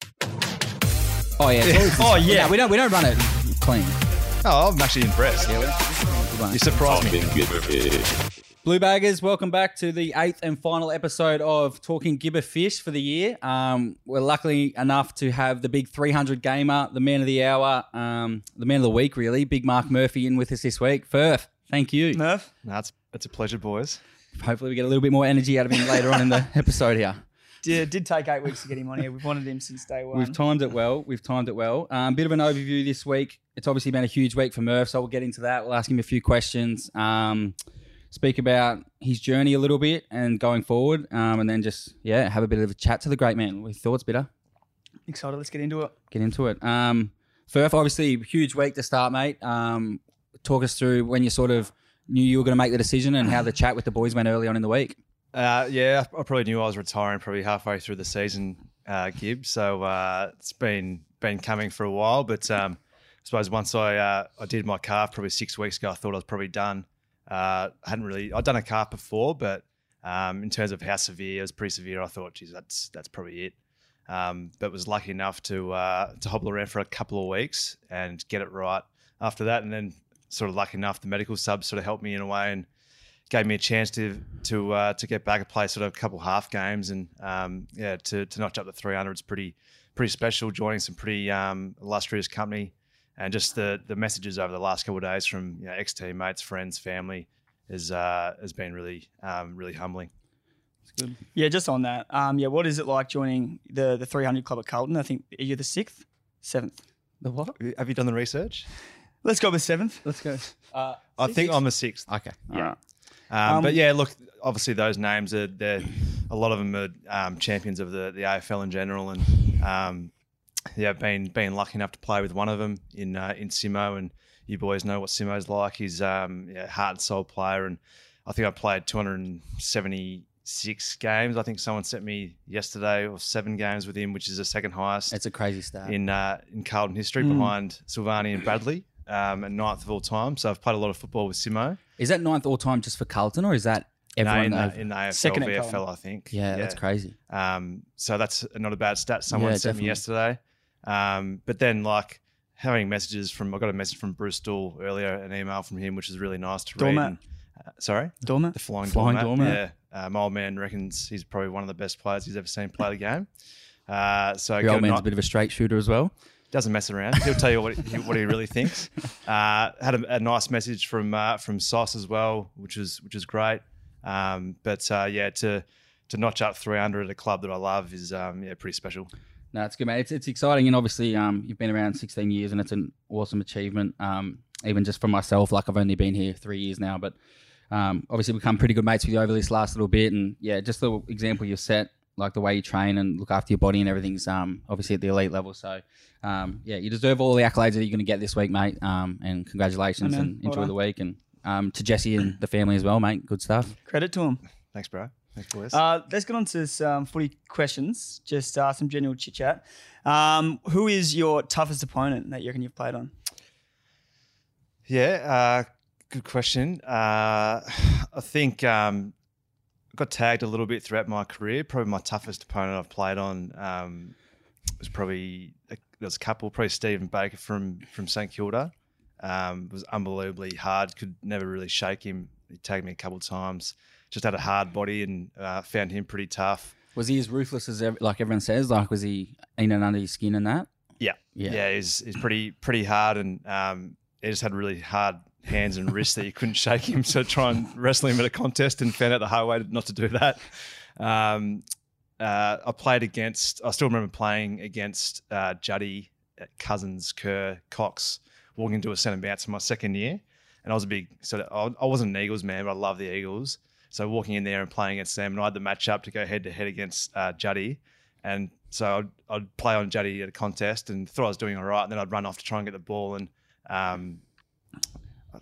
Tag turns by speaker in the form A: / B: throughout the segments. A: Oh yeah. it's all-
B: Oh, yeah.
A: No, we don't we don't run it clean.
B: Oh, I'm actually impressed.
A: Yeah, we Oh, don't run
B: You
A: it.
B: surprised me.
A: Blue baggers, welcome back to the eighth and final episode of Talking Gibber Fish for the year. Um, we're luckily enough to have the big 300 gamer, the man of the hour, um, the man of the week, really, Big Mark Murphy, in with us this week. Firth, thank you.
B: Nerf. That's it's a pleasure, boys.
A: Hopefully, we get a little bit more energy out of him later on in the episode here.
C: Did, did take eight weeks to get him on here. We've wanted him since day one.
A: We've timed it well. We've timed it well. A um, bit of an overview this week. It's obviously been a huge week for Murph, so we'll get into that. We'll ask him a few questions, um, speak about his journey a little bit and going forward, um, and then just yeah, have a bit of a chat to the great man. With thoughts, bitter.
C: Excited. Let's get into it.
A: Get into it. Um, Firth, obviously, huge week to start, mate. Um, talk us through when you sort of knew you were going to make the decision and how the chat with the boys went early on in the week.
B: Uh, yeah, I I probably knew I was retiring probably halfway through the season, uh, Gibbs. So uh, it's been been coming for a while, but um, I suppose once I uh, I did my calf probably six weeks ago, I thought I was probably done. Uh, I hadn't really I'd done a calf before, but um, in terms of how severe it was pretty severe, I thought, geez, that's that's probably it. Um, but was lucky enough to uh, to hobble around for a couple of weeks and get it right after that, and then sort of lucky enough, the medical sub sort of helped me in a way and gave me a chance to to uh, to get back and play sort of a couple half games and um, yeah to, to notch up the 300 is pretty pretty special joining some pretty um, illustrious company and just the the messages over the last couple of days from you know, ex teammates friends family is uh, has been really um, really humbling
C: Yeah, just on that. Um, yeah, what is it like joining the the 300 club at Carlton? I think are you the sixth, seventh?
A: The what?
B: have you done the research
C: Let's go with seventh.
A: Let's go.
C: Uh,
B: I think I'm the sixth
A: Okay.
C: yeah.
B: Um,
C: Um,
B: but yeah, look, obviously those names are they're a lot of them are um, champions of the, the AFL in general, and um, yeah, I've been been lucky enough to play with one of them in uh, in Simo, and you boys know what Simo's like. He's um, yeah, heart and soul player, and I think I played 276 games. I think someone sent me yesterday or seven games with him, which is the second highest
A: It's a crazy start.
B: in uh, in Carlton history,
A: Hmm.
B: behind Silvani and Bradley, um, and ninth of all time. So I've played a lot of football with Simo.
A: Is that ninth all time just for Carlton, or is that everyone?
B: No, in,
A: over-
B: the, in the AFL,
C: Second at
B: VFL,
C: Collingwood.
B: I think.
A: yeah, that's crazy.
B: Um, so that's not a bad stat. Someone
A: Yeah,
B: sent
A: definitely.
B: me yesterday. Um, but then like having messages from, I got a message from Bruce Dool earlier, an email from him, which is really nice to read.
C: Doormat.
B: And, uh, sorry,
C: Dormant.
B: the flying,
A: Flying
B: doormat.
A: doormat.
B: Yeah, uh, my old man reckons he's probably one of the best players he's ever seen play the game. Uh, so
A: Your
B: get
A: old
B: a
A: man's
B: ni-
A: a bit of a straight shooter as well.
B: doesn't mess around. He'll tell you what he, what he really thinks. Uh, had a, a nice message from uh, from Sauce as well, which was which is great. Um, but uh, yeah, to to notch up 300 at a club that I love is um, yeah pretty special.
A: No, it's good, man. It's, it's exciting, and obviously, um, you've been around 16 years, and it's an awesome achievement. Um, even just for myself, like I've only been here three years now, but um, obviously become pretty good mates with you over this last little bit, and yeah, just the example you set, like the way you train and look after your body and everything's um, obviously at the elite level. So, um, yeah, you deserve all the accolades that you're going to get this week, mate. Um, and congratulations,
C: Amen.
A: and
C: Well
A: enjoy
C: done.
A: the week, and um, to Jesse and the family as well, mate. Good stuff.
C: Credit to him.
B: Thanks, bro. Thanks, boys.
C: Uh, let's get on to some footy questions. Just uh, some general chit chat. Um, who is your toughest opponent that you reckon you've played on?
B: yeah, uh, good question. Uh, I think um, got tagged a little bit throughout my career. Probably my toughest opponent I've played on um, was probably there was a couple. Probably Stephen Baker from from St Kilda. um, was unbelievably hard. Could never really shake him. He tagged me a couple of times. Just had a hard body and uh, found him pretty tough.
A: Was he as ruthless as ev- like everyone says? Like, was he in and under your skin and that?
B: Yeah.
A: Yeah.
B: yeah, he's he's pretty pretty hard, and um, he just had really hard hands and wrists that you couldn't shake him. So try and wrestle him at a contest, and found out the hard way not to do that. Um, uh, I played against. I still remember playing against uh, Juddy, uh, Cousins, Kerr, Cox, walking into a centre bounce in my second year, and I was a big sort of. I I wasn't an Eagles man, but I love the Eagles. So walking in there and playing against them, and I had the matchup to go head to head against uh, Juddy, and so I'd, I'd play on Juddy at a contest and thought I was doing all right. And then I'd run off to try and get the ball. And um,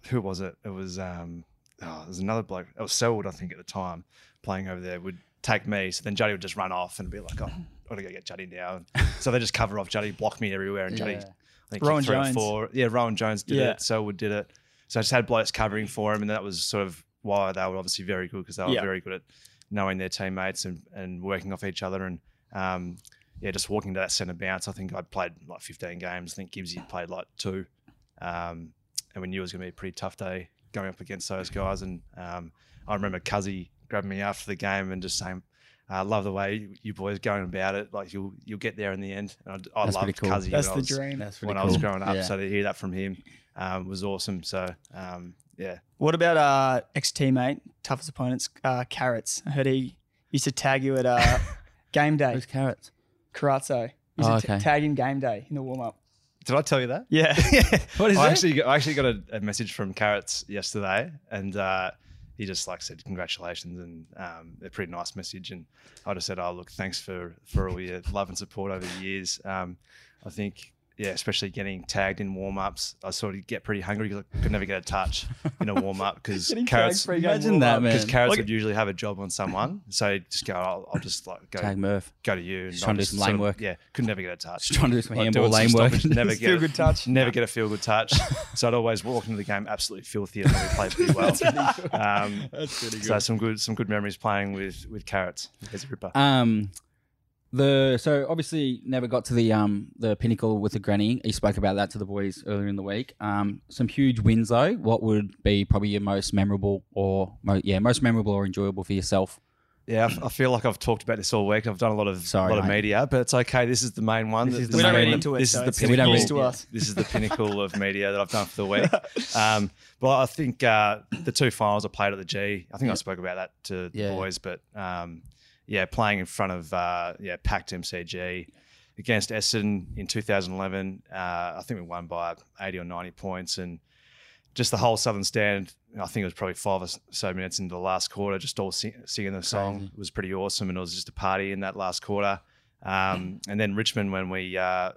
B: who was it? It was um, oh, there's another bloke. It was Selwood, I think, at the time playing over there. Would take me. So then Juddy would just run off and be like, "Oh, I'm gonna go get Juddy now." And so they just cover off Juddy, block me everywhere, and Juddy.
A: Yeah.
B: I think
C: Rowan
B: kicked three or
C: Jones.
B: four. Yeah, Rowan Jones did
C: Yeah.
B: it. Selwood did it. So I just had blokes covering for him, and that was sort of why they were obviously very good because they were
C: Yeah.
B: very good at knowing their teammates and, and working off each other and um, yeah, just walking to that centre bounce, I think I'd played like 15 games. I think Gibbsy had played like two. Um, and we knew it was going to be a pretty tough day going up against those guys. And um, I remember Cuzzy grabbing me after the game and just saying, I love the way you boys going about it. Like you'll you'll get there in the end. And I, I
A: That's
B: loved
A: pretty cool.
B: Cuzzy.
C: That's
B: when I
C: the
B: was-
C: dream.
A: That's
B: when
A: pretty
B: I was
A: cool.
B: growing up.
A: Yeah.
B: So to hear that from him um, was awesome. So um, yeah,
C: What about uh, ex teammate, toughest opponents, uh, Carrots? I heard he used to tag you at uh, game day,
A: Who's carrots?
C: Carazzo. He used
A: Oh,
C: to t-
A: okay.
C: tag him game day in the warm up.
B: did I tell you that?
C: Yeah.
A: What is
B: I
A: it?
B: actually got, I actually got a, a message from Carrots yesterday, and uh, he just like said congratulations and um, a pretty nice message. And I just said, oh look, thanks for for all your love and support over the years. Um, I think. Yeah, especially getting tagged in warm ups. I sort of get pretty hungry because I could never get a touch in a warm up because
C: Getting tagged
B: carrots
C: for a game
A: Imagine
C: warm
A: that,
C: up.
A: man.
B: because carrots
C: Like-
B: would usually have a job on someone. So he'd just go, I'll, I'll just like go
A: Tag Murph.
B: go to you. and
A: Just trying
B: I'll
A: to do some lane
B: sort of-
A: work.
B: Yeah, could never get a touch.
A: Just trying to do some
B: Like
A: handball
B: doing some
A: lane work.
B: stoppage, never get
C: Feel good touch.
B: Never get a feel good touch. so I'd always walk into the game absolutely filthy and then we played pretty well. um,
A: That's pretty
B: so some good some good memories playing with with carrots as a ripper.
A: Um, the so obviously never got to the um the pinnacle with the granny. You spoke about that to the boys earlier in the week. Um, some huge wins though. What would be probably your most memorable or mo- yeah most memorable or enjoyable for yourself?
B: yeah, I f- I feel like I've talked about this all week. I've done a lot of
A: Sorry,
B: lot of
A: mate.
B: media, but it's okay. This is the main one.
A: This is
B: This the
A: the
C: we don't
A: main
B: main
C: read
A: one.
C: into it.
B: This
C: so
B: is the
C: it's-
A: we don't
B: pinnacle.
A: read
C: it's to
A: it.
C: us.
B: This is the pinnacle of media that I've done for the week. Um, but I think uh, the two finals I played at the G. I think I spoke about that to the
A: Yeah.
B: boys, but um, yeah, playing in front of uh, yeah packed MCG against Essendon in 2011. Uh, I think we won by 80 or 90 points, and just the whole Southern Stand. I think it was probably five or so minutes into the last quarter, just all sing, singing the song.
A: Crazy.
B: It was pretty awesome, and it was just a party in that last quarter. Um, and then Richmond, when we uh,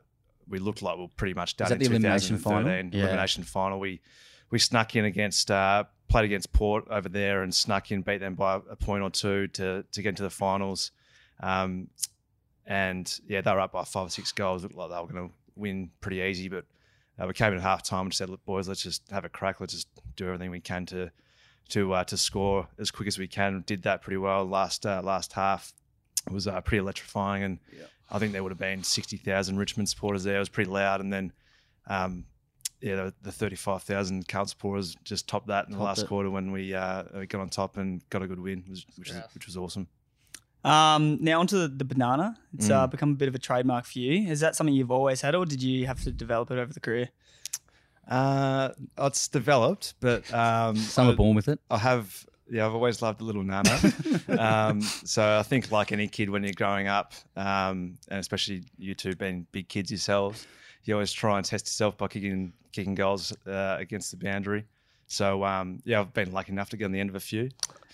B: we looked like we were pretty much done
A: that
B: in
A: the
B: 2013
A: elimination final? Yeah.
B: elimination final. We we snuck in against uh, played against Port over there and snuck in, beat them by a point or two to to get into the finals. Um, and yeah, they were up by five or six goals. Looked like they were going to win pretty easy, but uh, we came in at half time and said, "Look, boys, let's just have a crack. Let's just do everything we can to to uh, to score as quick as we can." Did that pretty well. Last uh, last half was uh, pretty electrifying, and I think there would have been sixty thousand Richmond supporters there. It was pretty loud, and then. Um, yeah, the, the 35,000 count supporters just topped that in the
A: Topped
B: last
A: it.
B: quarter when we uh, we got on top and got a good win, which, which, is,
A: Yes.
B: which was awesome.
C: Um, now onto the, the banana. It's uh,
B: Mm.
C: become a bit of a trademark for you. Is that something you've always had, or did you have to develop it over the career?
B: Uh, it's developed, but um,
A: Some are
B: I-
A: born with it.
B: I have, yeah, I've always loved a little Nana. um, so I think, like any kid, when you're growing up, um, and especially you two being big kids yourselves, you always try and test yourself by kicking kicking goals uh, against the boundary. So um, yeah, I've been lucky enough to get on the end of a few.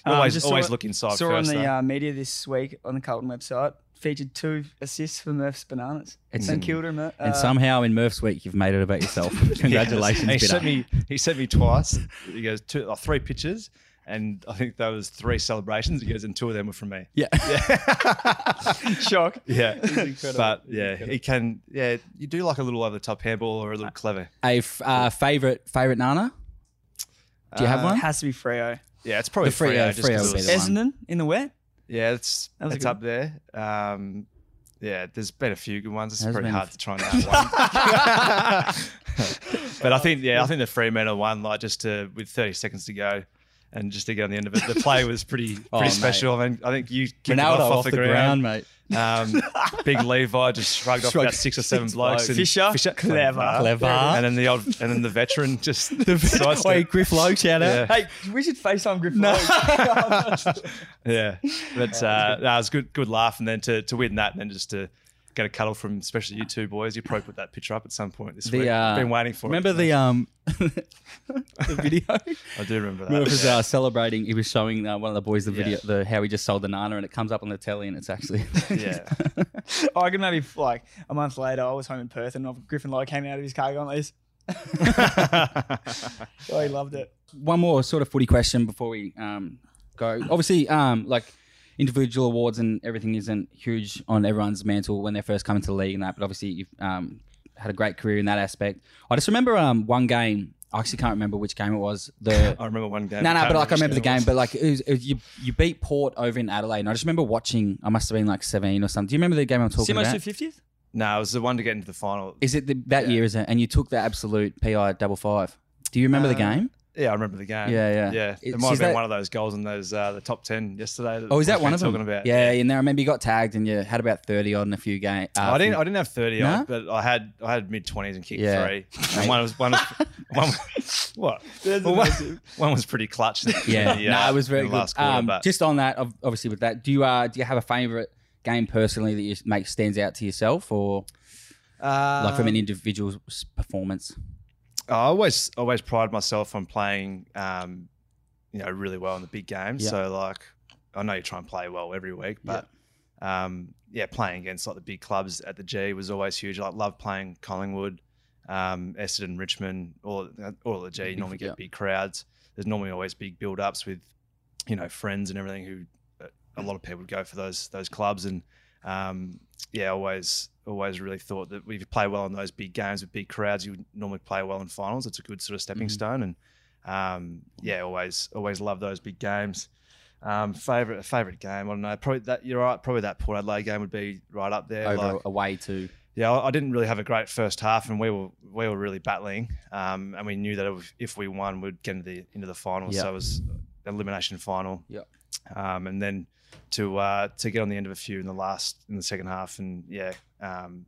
C: Um,
B: Always,
C: just saw
B: always
C: it-
B: look
A: Oh,
B: inside
C: Saw on
B: first.
C: the
B: though.
C: uh, media this week on the Carlton website featured two assists for Murph's Bananas.
A: It's-
C: St Kilda and, Mur-
A: and
C: uh,
A: somehow in Murph's week you've made it about yourself. Congratulations,
B: Yes. He
A: Bitter.
B: sent me. He sent me twice. He goes two, oh, three pitches, and I think that was three celebrations. He goes, and two of them were from me.
A: yeah.
B: Yeah.
C: shock.
B: Yeah, but yeah, he can. Yeah, you do like a little over the top handball or a little clever.
A: A f- uh, favorite favorite Nana. Do you have
B: Uh,
A: one?
C: has to be Freo.
B: Yeah, it's probably
A: The free-
B: free.
A: yeah,
B: just
A: free
B: 'cause
A: would
B: it
A: be
B: was-
A: the one.
C: Essendon in the wet.
B: Yeah, it's
C: was a
B: it's
C: good
B: up there. Um, yeah, there's been a few good ones. It's
A: Has
B: pretty
A: been a
B: hard to try and have one. but I think yeah, I think the Fremantle one, like just to with 30 seconds to go. And just to get on the end of it, the play was pretty pretty
A: Oh, mate.
B: special. I mean, I think you kicked it
A: Ronaldo
B: off,
A: off,
B: off,
A: the ground, mate.
B: Um, big Levi just shrugged off
A: Shrugged
B: about six or seven
A: six
B: blokes. and-
C: Fisher, clever.
A: Clever.
B: And then the old, and then the veteran oh, just the
A: Wait, Griff Lowe, shout out.
B: Yeah.
C: Hey, we should FaceTime Griffin.
B: yeah, but uh, no, it was good, good laugh, and then to, to win that, and then just to get a cuddle from especially you two boys. You probably put that picture up at some point this week.
A: The uh,
B: I've been waiting for
A: Remember
B: it.
A: the um the video?
B: I do remember that.
A: Murph was
B: yeah.
A: uh, celebrating. He was showing uh, one of the boys the
B: Yeah.
A: video, the how he just sold the nana, and it comes up on the telly, and it's actually
B: Yeah.
C: Oh, I could maybe like a month later. I was home in Perth, and Griffin Lowe came out of his car going like this. Oh, he loved it.
A: one more sort of footy question before we um, go. Obviously, um, like individual awards and everything isn't huge on everyone's mantle when they first come into the league and that. But obviously, you've um, had a great career in that aspect. I just remember um, one game I actually can't remember which game it was. The
B: I remember one game.
A: no, no,
B: Can't
A: but like I remember the
B: which
A: game,
B: it
A: but like it was, it was- you you beat Port over in Adelaide, and I just remember watching. I must have been like seventeen or something. Do you remember the game I'm talking
C: Simo's
A: about?
C: two fiftieth.
B: was. no, it was the one to get into the final.
A: Is it the, that
B: Yeah.
A: year? Is it? And you took the absolute PI double five. Do you remember the
B: Uh,
A: game?
B: Yeah, I remember the game.
A: Yeah, yeah.
B: yeah. It,
A: It's-
B: might
A: is
B: have been
A: that-
B: one of those goals in those uh, the top ten yesterday.
A: Oh, is that
B: we've
A: one
B: been
A: of them?
B: Talking about
A: yeah, yeah. And then I remember you got tagged and you had about thirty odd in a few games.
B: I didn't. I didn't have thirty
A: No?
B: odd, but I had. I had mid twenties and kicked
A: Yeah.
B: three. And one was one. Was, one what?
C: There's
B: Well,
C: impressive.
B: one, one was pretty clutch. in the-
A: yeah,
B: in the,
A: no,
B: uh,
A: it was very
B: in
A: good.
B: the Last quarter,
A: um,
B: but
A: Just on that, ob- obviously, with that, do you uh, do you have a favourite game personally that you make stands out to yourself, or like from an
B: Um,
A: individual's performance?
B: uh, I always always pride myself on playing, um, you know, really well in the big games.
A: Yeah.
B: So like, I know you try and play well every week, but um, yeah, playing against like the big clubs at the G was always huge. I love playing Collingwood, um, Essendon, Richmond, all all the G
A: Big-
B: normally get
A: yeah.
B: big crowds. There's normally always big build ups with, you know, friends and everything who uh, a lot of people would go for those those clubs and um, yeah always always really thought that if you play well in those big games with big crowds you would normally play well in finals it's a good sort of stepping
A: Mhm.
B: stone and um, yeah always always love those big games um, favorite favorite game I don't know probably that you're right probably that Port Adelaide game would be right up there
A: over
B: like-
A: away to
B: yeah, I I didn't really have a great first half, and we were we were really battling, um, and we knew that if- if we won, we'd get into the into the final.
A: Yeah.
B: So it was elimination final.
A: Yeah.
B: Um, and then to uh, to get on the end of a few in the last in the second half, and yeah, um,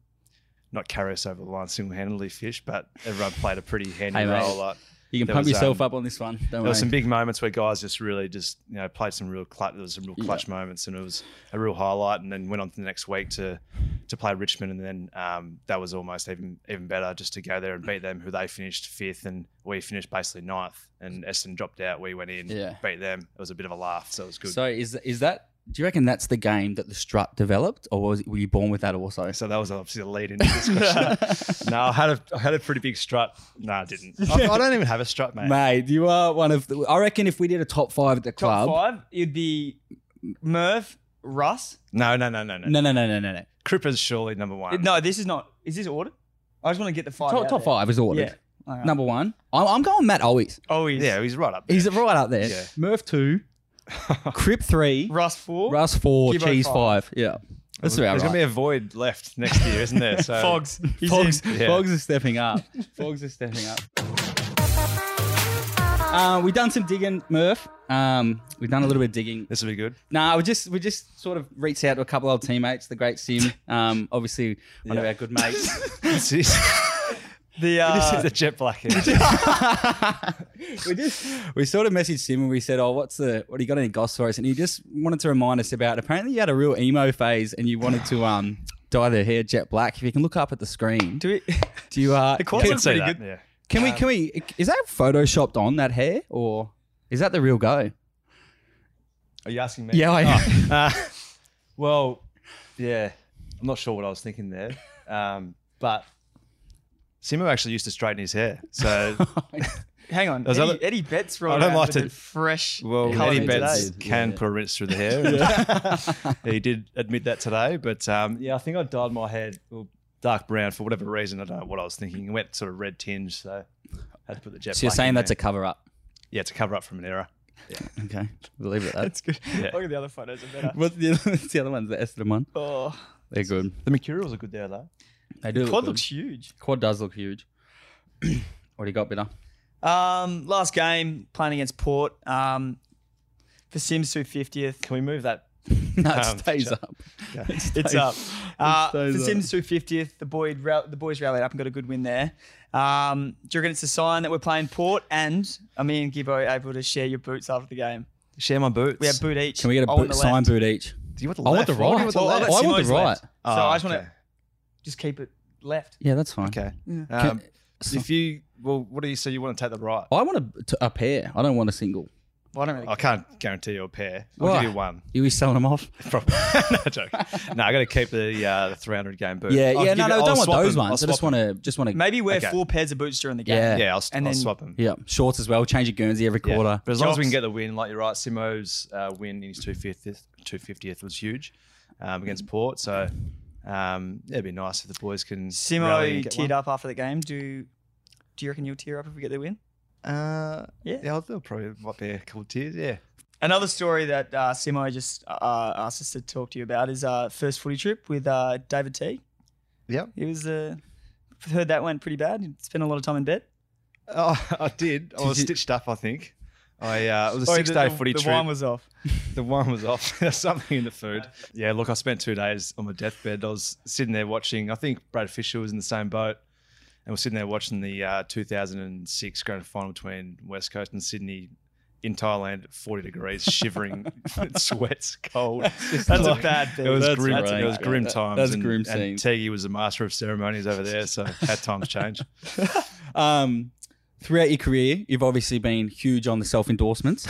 B: not carry us over the line single handedly, fish, but everyone played a pretty handy
A: Hey, mate.
B: role. Like,
A: You can
B: There
A: pump
B: was,
A: yourself
B: um,
A: up on this one. Don't
B: there were
A: worry.
B: some big moments where guys just really just you know played some real clutch. There was some real
A: Yeah.
B: clutch moments, and it was a real highlight. And then went on to the next week to to play Richmond, and then um, that was almost even even better just to go there and beat them, who they finished fifth, and we finished basically ninth. And Essendon dropped out, we went in,
A: Yeah.
B: beat them. It was a bit of a laugh, so it was good. So,
A: So is is that? Do you reckon that's the game that the strut developed, or was were you born with that also?
B: that was obviously the lead into this question. no, I had a I had a pretty big strut. No, I didn't. I, I don't even have a strut, mate.
A: Mate, you are one of. The, I reckon if we did a top five at the
C: Top
A: club,
C: five. It'd be Merv, Russ.
B: No, no, no, no, no.
A: no, no, no, no, no, no.
B: Cripper's surely number one.
C: No, this is not. Is this ordered? I just want to get the five.
A: Top,
C: out
A: top
C: there.
A: five is ordered.
C: Yeah. All right.
A: Number one, I'm, I'm going Matt Owies.
C: Always.
B: Oh, Yeah, he's right up. There.
A: He's right up there.
B: Yeah.
A: Murph two, Crip three,
C: Russ four.
A: Russ four,
C: Gibbo
A: Cheese
C: five.
A: five. Yeah, that's about
B: There's
A: right.
B: gonna be a void left next year, isn't there? So
C: Fogs. He's
A: Fogs,
B: in. Yeah.
A: Fogs is stepping up. Fogs is stepping up. Uh, we done some digging, Murph. Um, we've done a little bit of digging.
B: This will be good.
A: Nah, we just we just sort of reached out to a couple of old teammates, the great Sim, um, obviously one of
B: Yeah.
A: our good mates.
B: This is,
C: in. The uh,
B: this is the jet black. here.
A: we just we sort of messaged Sim and we said, "Oh, what's the what do you got any goss for us?" And he just wanted to remind us about. Apparently, you had a real emo phase and you wanted to um dye their hair jet black. If you can look up at the screen, do,
C: do we,
A: you uh
B: I
C: the quads
B: can
C: are
B: see
C: pretty
B: that.
C: good.
B: Yeah.
A: Can we? Can we? Is that photoshopped on that hair, or is that the real go?
B: Are you asking me?
A: Yeah, I am.
B: Oh, uh, well, yeah. I'm not sure what I was thinking there, um, but Simo actually used to straighten his hair. So,
C: Hang on.
B: There's
C: Eddie,
B: other-
C: Eddie Betts rolled
B: don't
C: out
B: like
C: with
B: to-
C: a fresh.
B: well,
C: colour
B: Eddie
C: today.
B: Betts
A: Yeah.
B: can put a rinse through the hair. he did admit that today, but um, yeah, I think I dyed my hair well, dark brown for whatever reason. I don't know what I was thinking. It went sort of red tinge, so had to put the jet.
A: so you're
B: black
A: saying
B: in
A: that's
B: there.
A: a cover up?
B: yeah, to cover up from an error.
A: Okay, we'll leave it at that.
C: That's good.
B: Yeah.
C: Look at the other photos. Are better.
A: What's the, what's the other ones? The Essendon one.
C: Oh,
A: They're good.
B: The Mercurials are good there though.
A: They do.
C: quad
A: look
C: looks
A: good.
C: huge.
A: Quad does look huge. what do you got, bitter?
C: Um, last game playing against Port. Um, for Sims two fiftieth.
B: Can we move that?
A: no, it
B: Um,
A: stays
B: ch-
A: up.
C: It's
A: stays-
C: up. Uh, for
A: stays up.
C: Sims 250th, the, boy, rall- the boys rallied up and got a good win there. Um, do you reckon it's a sign that we're playing Port and are me and Gibbo able to share your boots after the game?
B: Share my boots. Oh,
C: We have boot each.
A: Can we get a
C: I want
A: boot,
C: the
A: sign
C: left.
A: boot each?
B: Do you want the
A: I want
B: left? Oh,
A: the
B: Why do you
A: right.
B: want
C: Well,
B: the
C: I
B: left?
A: I
B: Ah,
C: want
A: want
C: Simo's
A: the right.
C: left. So I just want to just keep it left.
A: Yeah, that's fine.
B: Okay.
A: Can-
B: Um, if you well, what do you say? You want to take the right?
A: I want a, to- a pair. I don't want a single.
C: Well, I don't really
B: I
C: care.
B: can't guarantee you a pair. I'll
A: Oh. Why?
B: give you one.
A: You were selling them off.
B: Probably. no joke. No, I got to keep the uh, the 300 game boot.
A: Yeah,
B: I'll
A: yeah.
B: give
A: No,
B: you-
A: no,
B: I'll
A: don't want
B: swap
A: those
B: them. I'll
A: ones. I just
B: swap
A: want to, just want to.
C: Maybe wear
B: Okay.
C: four pairs of boots during the game.
A: Yeah.
B: them. Yeah, I'll,
C: And
B: I'll
C: then-
B: swap them.
A: Yeah, shorts as well. Change your Guernsey every
B: Yeah.
A: quarter.
B: But as long as we can
C: Jocks.
B: get the win, like you're right, Simo's uh, win in his 250th, 250th was huge um, against Port. So um, yeah, it'd be nice if the boys can.
C: Simo
B: rally and get
C: teared
B: one.
C: up after the game. Do do you reckon you'll tear up if we get the win?
B: Uh,
C: Yeah.
B: yeah, there probably might be a couple of tears. Yeah.
C: Another story that uh, Simo just uh, asked us to talk to you about is uh, first footy trip with uh, David T.
B: Yep.
C: He was uh, heard that went pretty bad. He spent a lot of time in bed.
B: Oh, I did. I
A: Did
B: was
A: you-
B: stitched up. I think. I uh, it was a
C: Sorry,
B: six
C: the-
B: day
C: the-
B: footy
C: the
B: trip.
C: wine was off.
B: the wine was off. There's something in the food. Yeah, look, I spent two days on my deathbed. I was sitting there watching. I think Brad Fisher was in the same boat, and we're sitting there watching the uh, 2006 Grand Final between West Coast and Sydney in Thailand, at 40 degrees, shivering, sweats, cold.
C: That's a
B: Like,
C: bad bit.
B: It was
A: That's
B: grim.
A: right.
B: It was grim
A: That-
B: times.
A: that's
B: and,
A: grim
B: And
A: scenes.
B: Teggy was the master of ceremonies over there, so had times change.
A: Um, throughout your career, you've obviously been huge on the self endorsements.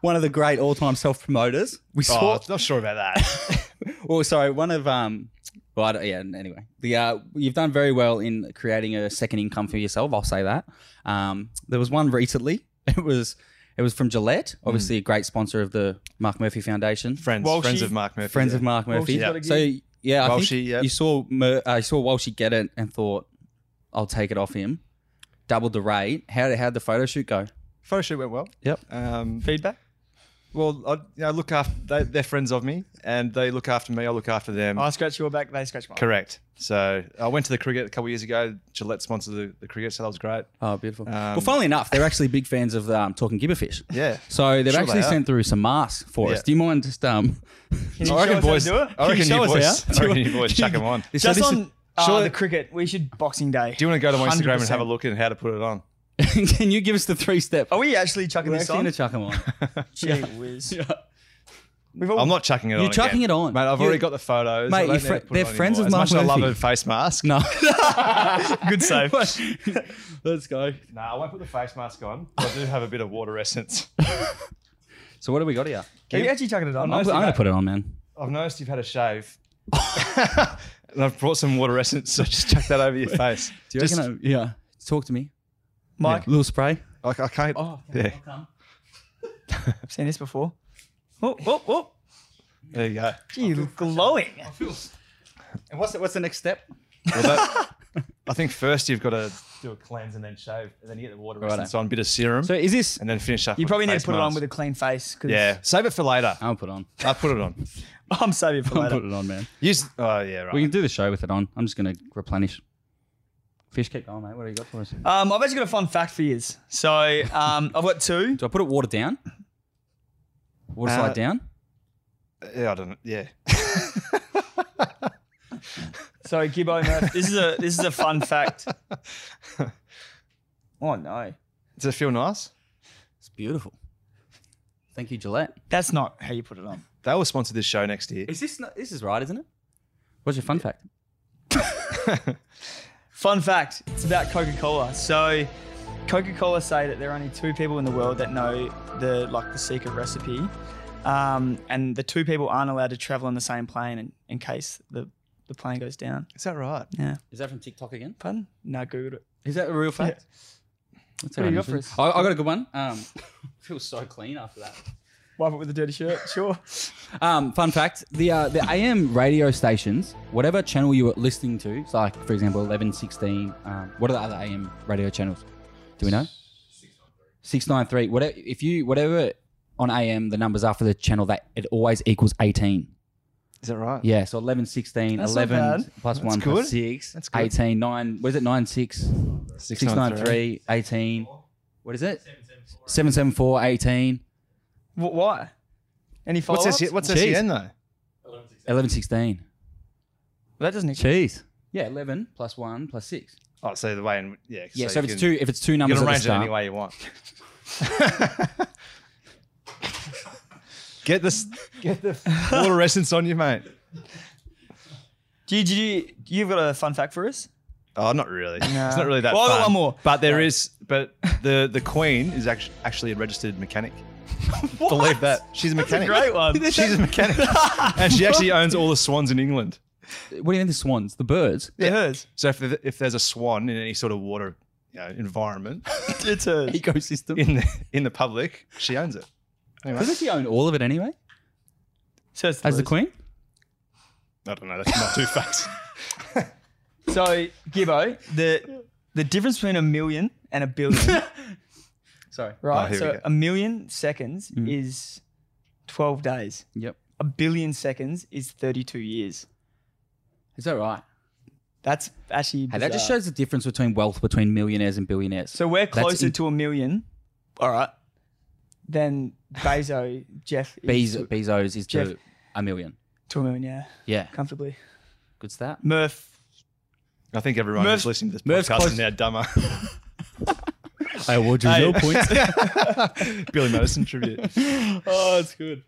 A: one of the great all time self promoters. We saw
B: Oh, not sure about that.
A: Well, sorry, one of um, well, I don't- yeah. Anyway, the uh, you've done very well in creating a second income for yourself. I'll say that. Um, there was one recently. It was it was from Gillette, obviously a great sponsor of the Mark Murphy Foundation,
B: Mm. Friends,
C: Walshy.
B: friends of Mark Murphy.
A: friends
B: yeah.
A: of Mark Murphy.
C: Walshy's got a
A: So yeah, I
B: Walshy,
A: think
B: yep.
A: you saw Mur- uh, you saw Walshy get it and thought, I'll take it off him. Doubled the rate. How did how the photo shoot go?
B: Photo shoot went well.
A: Yep.
B: Um,
C: Feedback.
B: Well, I, you know, look after they, they're friends of me, and they look after me. I look after them.
C: I scratch your back. They scratch mine.
B: Correct. So I went to the cricket a couple of years ago. Gillette sponsored the, the cricket, so that was great.
A: Oh, beautiful. well,
B: Um,
A: funnily enough, they're actually big fans of um, talking gibberfish.
B: Yeah.
A: So they've
B: Sure
A: actually
B: they are.
A: sent through some masks for us.
B: Yeah.
A: Do you mind just um?
C: Can you
B: I reckon
C: show
B: boys.
C: us how to do it?
B: I
C: Can you
B: reckon
C: show
B: your
C: us
B: boys.
C: how?
B: I reckon your boys. Chuck them on.
A: So
C: Just
A: this
C: on
A: is-
C: uh,
B: Sure.
C: the cricket, we should Boxing Day.
B: Do you want to go to my Instagram and have a
C: 100%.
B: look at how to put it on?
A: Can you give us the three step?
C: Are we actually chucking
A: We're
C: this
A: actually
C: on?
A: gonna chuck them on.
C: Gee whiz. We've all,
B: I'm not chucking it on.
A: You're chucking it on,
B: mate. I've
A: You-
B: already got the photos.
A: Mate,
B: I don't
A: you're
B: need to
A: fri-
B: put it
A: they're
B: on
A: friends
B: anymore.
A: of
B: As much
A: Mark
B: as I love
A: Murphy.
B: a face mask.
A: No,
C: good save.
A: let's go.
B: no, I won't put the face mask on. but I do have a bit of water essence.
A: So what do we got here?
C: Are you actually chucking it on?
A: I'm, I'm gonna put it on, man.
B: I've noticed you've had a shave. and I've brought some water essence, so just chuck that over your face.
A: Do you
B: Just-
A: reckon I- yeah, talk to me.
C: Mike,
A: Little spray.
B: I, I can't. yeah.
C: I've seen this before. Oh, oh, oh.
B: There you go.
C: Gee, you look glowing.
A: And what's the, what's the next step?
B: Well, that, I think first you've got to do a cleanse and then shave, and then you get the water
A: Righto.
B: essence on, bit of serum,
A: So is this?
B: and then finish up.
C: You
B: with
C: probably need
B: face
C: to put it on
B: mask.
C: with a clean face. 'cause
B: Yeah, save it for later.
A: I'll put it on.
B: I put it on.
C: I'm saving it for
A: I'll
C: later.
A: put it on, man.
B: Use. Oh yeah, right.
A: We can do the show with it on. I'm just gonna replenish. Fish, keep going, mate. What do you got for us? Do
C: Um, I've actually got a fun fact for you. So um, I've got two.
A: I put it water down? Water
B: Uh,
A: slide down.
B: yeah, I don't. know. Yeah.
C: So Gibbo, Murph, this is a this is a fun fact. Oh no,
B: Does it feel nice?
A: It's beautiful. Thank you, Gillette.
C: that's not how you put it on.
B: They will sponsor this show next year.
A: Is this not, this is right, isn't it? What's your fun fact?
C: Fun fact: It's about Coca-Cola. So Coca-Cola say that there are only two people in the world that know the like the secret recipe, um, and the two people aren't allowed to travel on the same plane in, in case the the plane goes down.
B: Is that right?
C: Yeah.
A: Is that from TikTok again?
C: Pardon? No, googled it.
A: Is that a real fact? That's
C: What do you got for
A: I, I got a good one. Um, feels so clean after that.
C: Wipe it with a dirty shirt. Sure.
A: Um, fun fact: the uh, the AM radio stations, whatever channel you were listening to, it's like for example eleven sixteen. Um, what are the other AM radio channels? Do we know? Six nine three. Whatever. If you whatever on AM the numbers are for the channel that it always equals eighteen.
B: Is that right?
A: Yeah, so 11, 16,
C: That's not
A: 11
C: bad.
A: plus 1
B: good.
A: plus 6,
B: That's good.
A: 18, 9, what is it, 9, 6,
B: Six,
A: 6, 9, 3, 18, what is it? 7, 7, 4, 18,
C: Wh- why? Any follow
B: What's
C: ups?
B: this? What's
A: Jeez.
B: this end though?
A: 11, 16.
C: That doesn't exist.
A: Jeez. Yeah, 11 plus 1 plus 6.
B: Oh, so the way in yeah.
A: Yeah, so, if
B: you
A: it's
B: can-
A: two if it's two
B: you
A: numbers at
B: can
A: the
B: arrange it
A: start.
B: any way you want. get this. Get the water essence on you, mate.
C: Do you, do you, you've got a fun fact for us?
B: Oh, not really.
C: No.
B: It's not really that.
C: Well, I got
B: fun.
C: one more.
B: But there is. But the the queen is actually actually a registered mechanic. Believe that she's a mechanic.
C: Great one.
B: She's a mechanic, and she actually owns all the swans in England.
A: What do you mean the swans? The birds?
C: It hers.
B: So if the, if there's a swan in any sort of water you know, environment
C: It's hers.
A: Ecosystem.
B: in the in the public, she owns it. Anyway,
A: Doesn't she own all of it anyway?
C: So it's
A: As the
C: hers.
A: queen?
B: I don't know. That's not too fast.
C: So Gibbo, the the difference between a million and a billion,
A: Sorry.
C: right?
B: here we
C: so
B: go.
C: a million seconds
A: Mm.
C: is 12 days.
A: Yep.
C: A billion seconds is 32 years.
A: Is that right?
C: That's actually
A: Hey, that just
C: bizarre.
A: shows the difference between wealth between millionaires and billionaires.
C: uh, So we're closer
A: in-
C: to a million, all right, than Bezo Jeff is
A: Bez-
C: to,
A: Bezos is
C: Jeff-
A: to a million.
C: to a million, yeah,
A: Yeah.
C: comfortably.
A: Good stat.
C: Murph,
B: I think everyone
C: Merv's-
B: who's listening to this
A: Merv's
B: podcast
A: close-
B: is now dumber.
A: I award you
B: Hey. Billy Madison tribute.
A: oh, it's good.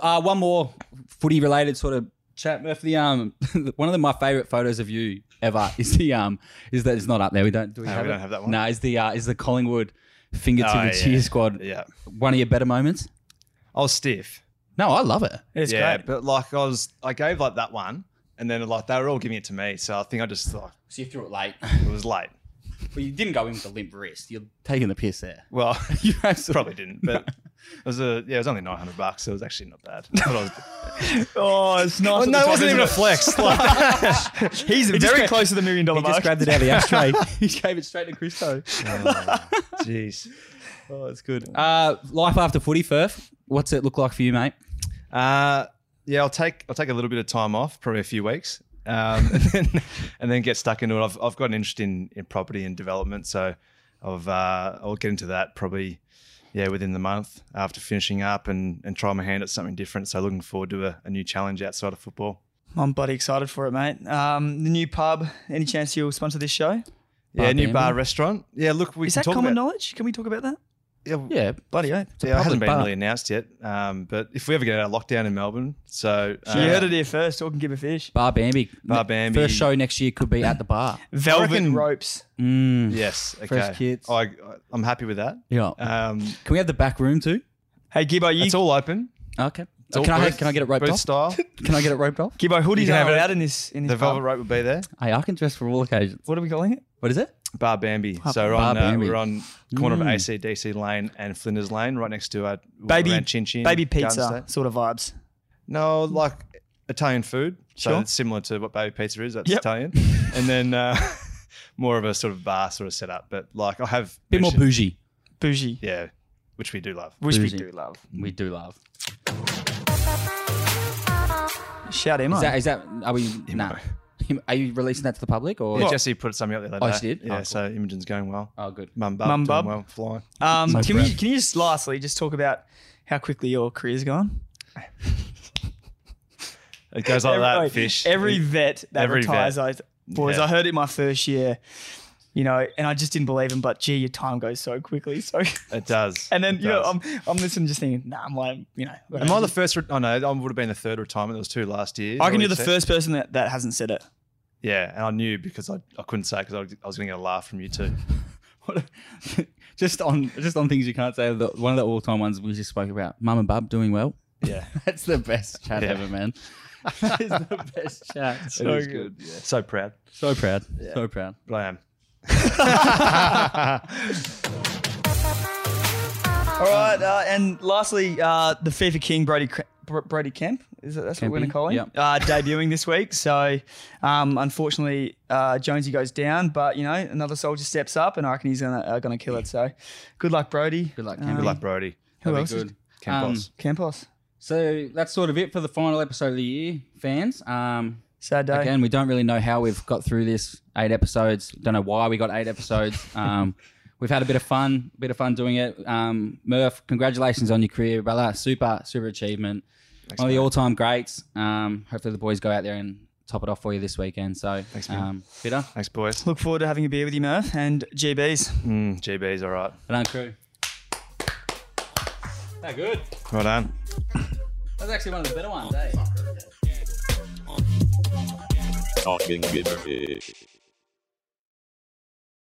A: Uh, one more footy related sort of chat, Murph. The um, one of the, my favourite photos of you ever is the um, is that it's not up there. We don't do we,
B: No, we
A: have, it?
B: don't have that one.
A: No, is the uh, is the Collingwood finger to
B: Oh,
A: the
B: yeah.
A: cheer squad.
B: Yeah.
A: One of your better moments.
B: I was stiff.
A: No, I love it.
C: it's
B: yeah,
C: great.
B: but like I was, I gave like that one, and then like they were all giving it to me. So I think I just like
A: So you threw it late,
B: it was late.
A: but you didn't go in with a limp wrist. You're taking the piss there.
B: Well,
A: You absolutely
B: probably didn't, but it was a yeah, it was only nine hundred bucks. So it was actually not bad. But I was-
C: Oh, it's nice.
B: Well,
C: at
B: no,
C: the
B: it
C: top,
B: wasn't
C: isn't
B: even a flex. Like,
C: it? He's very close to the million dollar
A: He
C: mark.
A: just grabbed it out of the ashtray. he gave it straight to Christo.
B: Jeez.
A: Oh, it's good. Uh, life after footy, Firth. What's it look like for you, mate?
B: Uh, yeah, I'll take I'll take a little bit of time off, probably a few weeks, um, and then and then get stuck into it. I've I've got an interest in, in property and development, so I've uh, I'll get into that probably yeah within the month after finishing up and and try my hand at something different. So looking forward to a, a new challenge outside of football.
C: I'm bloody excited for it, mate. Um, the new pub. Any chance you'll sponsor this show?
B: Yeah,
A: Bar
B: new
A: Bambi.
B: bar restaurant. Yeah, look, we
C: Is
B: can
C: that
B: talk
C: common
B: about.
C: knowledge? Can we talk about that?
B: Yeah,
A: Yeah,
C: Bloody oath.
B: yeah, it hasn't
A: public
B: been
A: bar.
B: really announced yet. Um, but if we ever get out of lockdown in Melbourne, so uh,
C: you heard it here first. Talk and give a fish.
A: Bar Bambi.
B: Bar Bambi.
A: First show next year could be at the bar.
C: Velvet
B: reckon-
C: ropes.
A: Mm.
B: Yes, okay.
A: Fresh kids.
B: I, I'm happy with that.
A: Yeah.
B: Um,
A: Can we have the back room too?
C: Hey, Gibbo, you
B: it's all open.
A: Okay.
B: It's all
A: can I
B: booth-
A: have, can I get it roped
B: booth
A: off?
B: style.
A: Can I get it roped off?
C: Gibbo
B: can
C: hoodies
B: have
C: aren't
B: it.
C: allowed in this in this
B: the velvet
C: pub.
B: rope will be there.
A: Hey, I can dress for all occasions.
C: What are we calling it?
A: What is it?
B: Bar Bambi. So we're
A: Bar
B: on, uh,
A: Bambi.
B: we're on corner of
A: Mm.
B: ACDC Lane and Flinders Lane, right next to our
C: Baby-
B: Chin Chin
C: Baby
B: Garden
C: pizza
B: State.
C: sort of vibes.
B: No, like Italian food. So
C: Sure.
B: it's similar to what baby pizza is. That's
C: Yep.
B: Italian, and then uh, more of a sort of bar sort of setup. But like I have
A: bit more
B: mentioned-
A: bougie.
C: Bougie.
B: Yeah, which we do love.
C: Which we
A: Bougie.
C: do love.
A: We do love.
C: Shout him
A: Is
C: out.
A: that, is that are we nah. Him- Are you releasing that to the public or?
B: Yeah, Jesse put something up the other day.
A: Oh, she did?
B: Yeah,
A: Oh, cool.
B: so Imogen's going well.
A: Oh, good.
B: Mum bub,
C: Mum
B: doing
C: bub.
B: well, flying.
C: Um,
A: My
C: can, you,
A: friend.
C: can you just lastly just talk about how quickly your career's gone?
B: It goes like
C: wait,
B: that, fish.
C: Every vet that
B: Every
C: retires, I boys,
B: Yeah.
C: I heard it my first year, you know, and I just didn't believe him. But gee, your time goes so quickly. So,
B: it does.
C: and then
B: It
C: you know,
B: does.
C: I'm I'm listening, just thinking, nah, I'm like, you know,
B: Am I the first? Re- oh no, I would have been the third retirement. There was two last year.
C: I reckon you're
B: Already
C: the
B: said.
C: first person that, that hasn't said it.
B: Yeah, and I knew because I, I couldn't say because I, I was going to get a laugh from you too.
A: What a- just on just on things you can't say. The, one of the all time ones we just spoke about. Mum and Bub doing well.
B: Yeah,
A: That's the best chat
B: Yeah.
A: ever, man. that is the best chat.
B: it was good. Yeah. So proud,
A: So proud. So proud.
B: but I am.
C: All right, uh, and lastly, uh, the FIFA King Brody Cre- Br- Brody Kemp is that, that's what we're going
A: Kempy,
C: to call him.
A: yep.
C: Uh, debuting this week, so um, unfortunately uh, Jonesy goes down, but you know another soldier steps up, and I reckon he's gonna uh, gonna kill it. So, good luck, Brody.
A: Good luck,
C: Um,
A: Kempy.
B: Good luck, Brody.
A: That'd be
C: else is-
A: good.
B: Ken
A: Um,
B: Boss.
C: Campos.
A: So that's sort of it for the final episode of the year, fans. Um,
C: Sad day.
A: again, we don't really know how we've got through this eight episodes. Don't know why we got eight episodes. Um, we've had a bit of fun, bit of fun doing it. Um, Murph, congratulations on your career, brother. Super, super achievement. One of the all-time greats. Um, hopefully the boys go out there and top it off for you this weekend. So, Thanks,
B: man.
A: um, Bitter
B: Thanks, boys.
C: Look forward to having a beer with you, Murph, and GBs.
B: Mm, GB's all right.
A: and our crew. That good.
B: Right on.
A: That's actually one of the better ones, eh?
D: Talking Gibberish.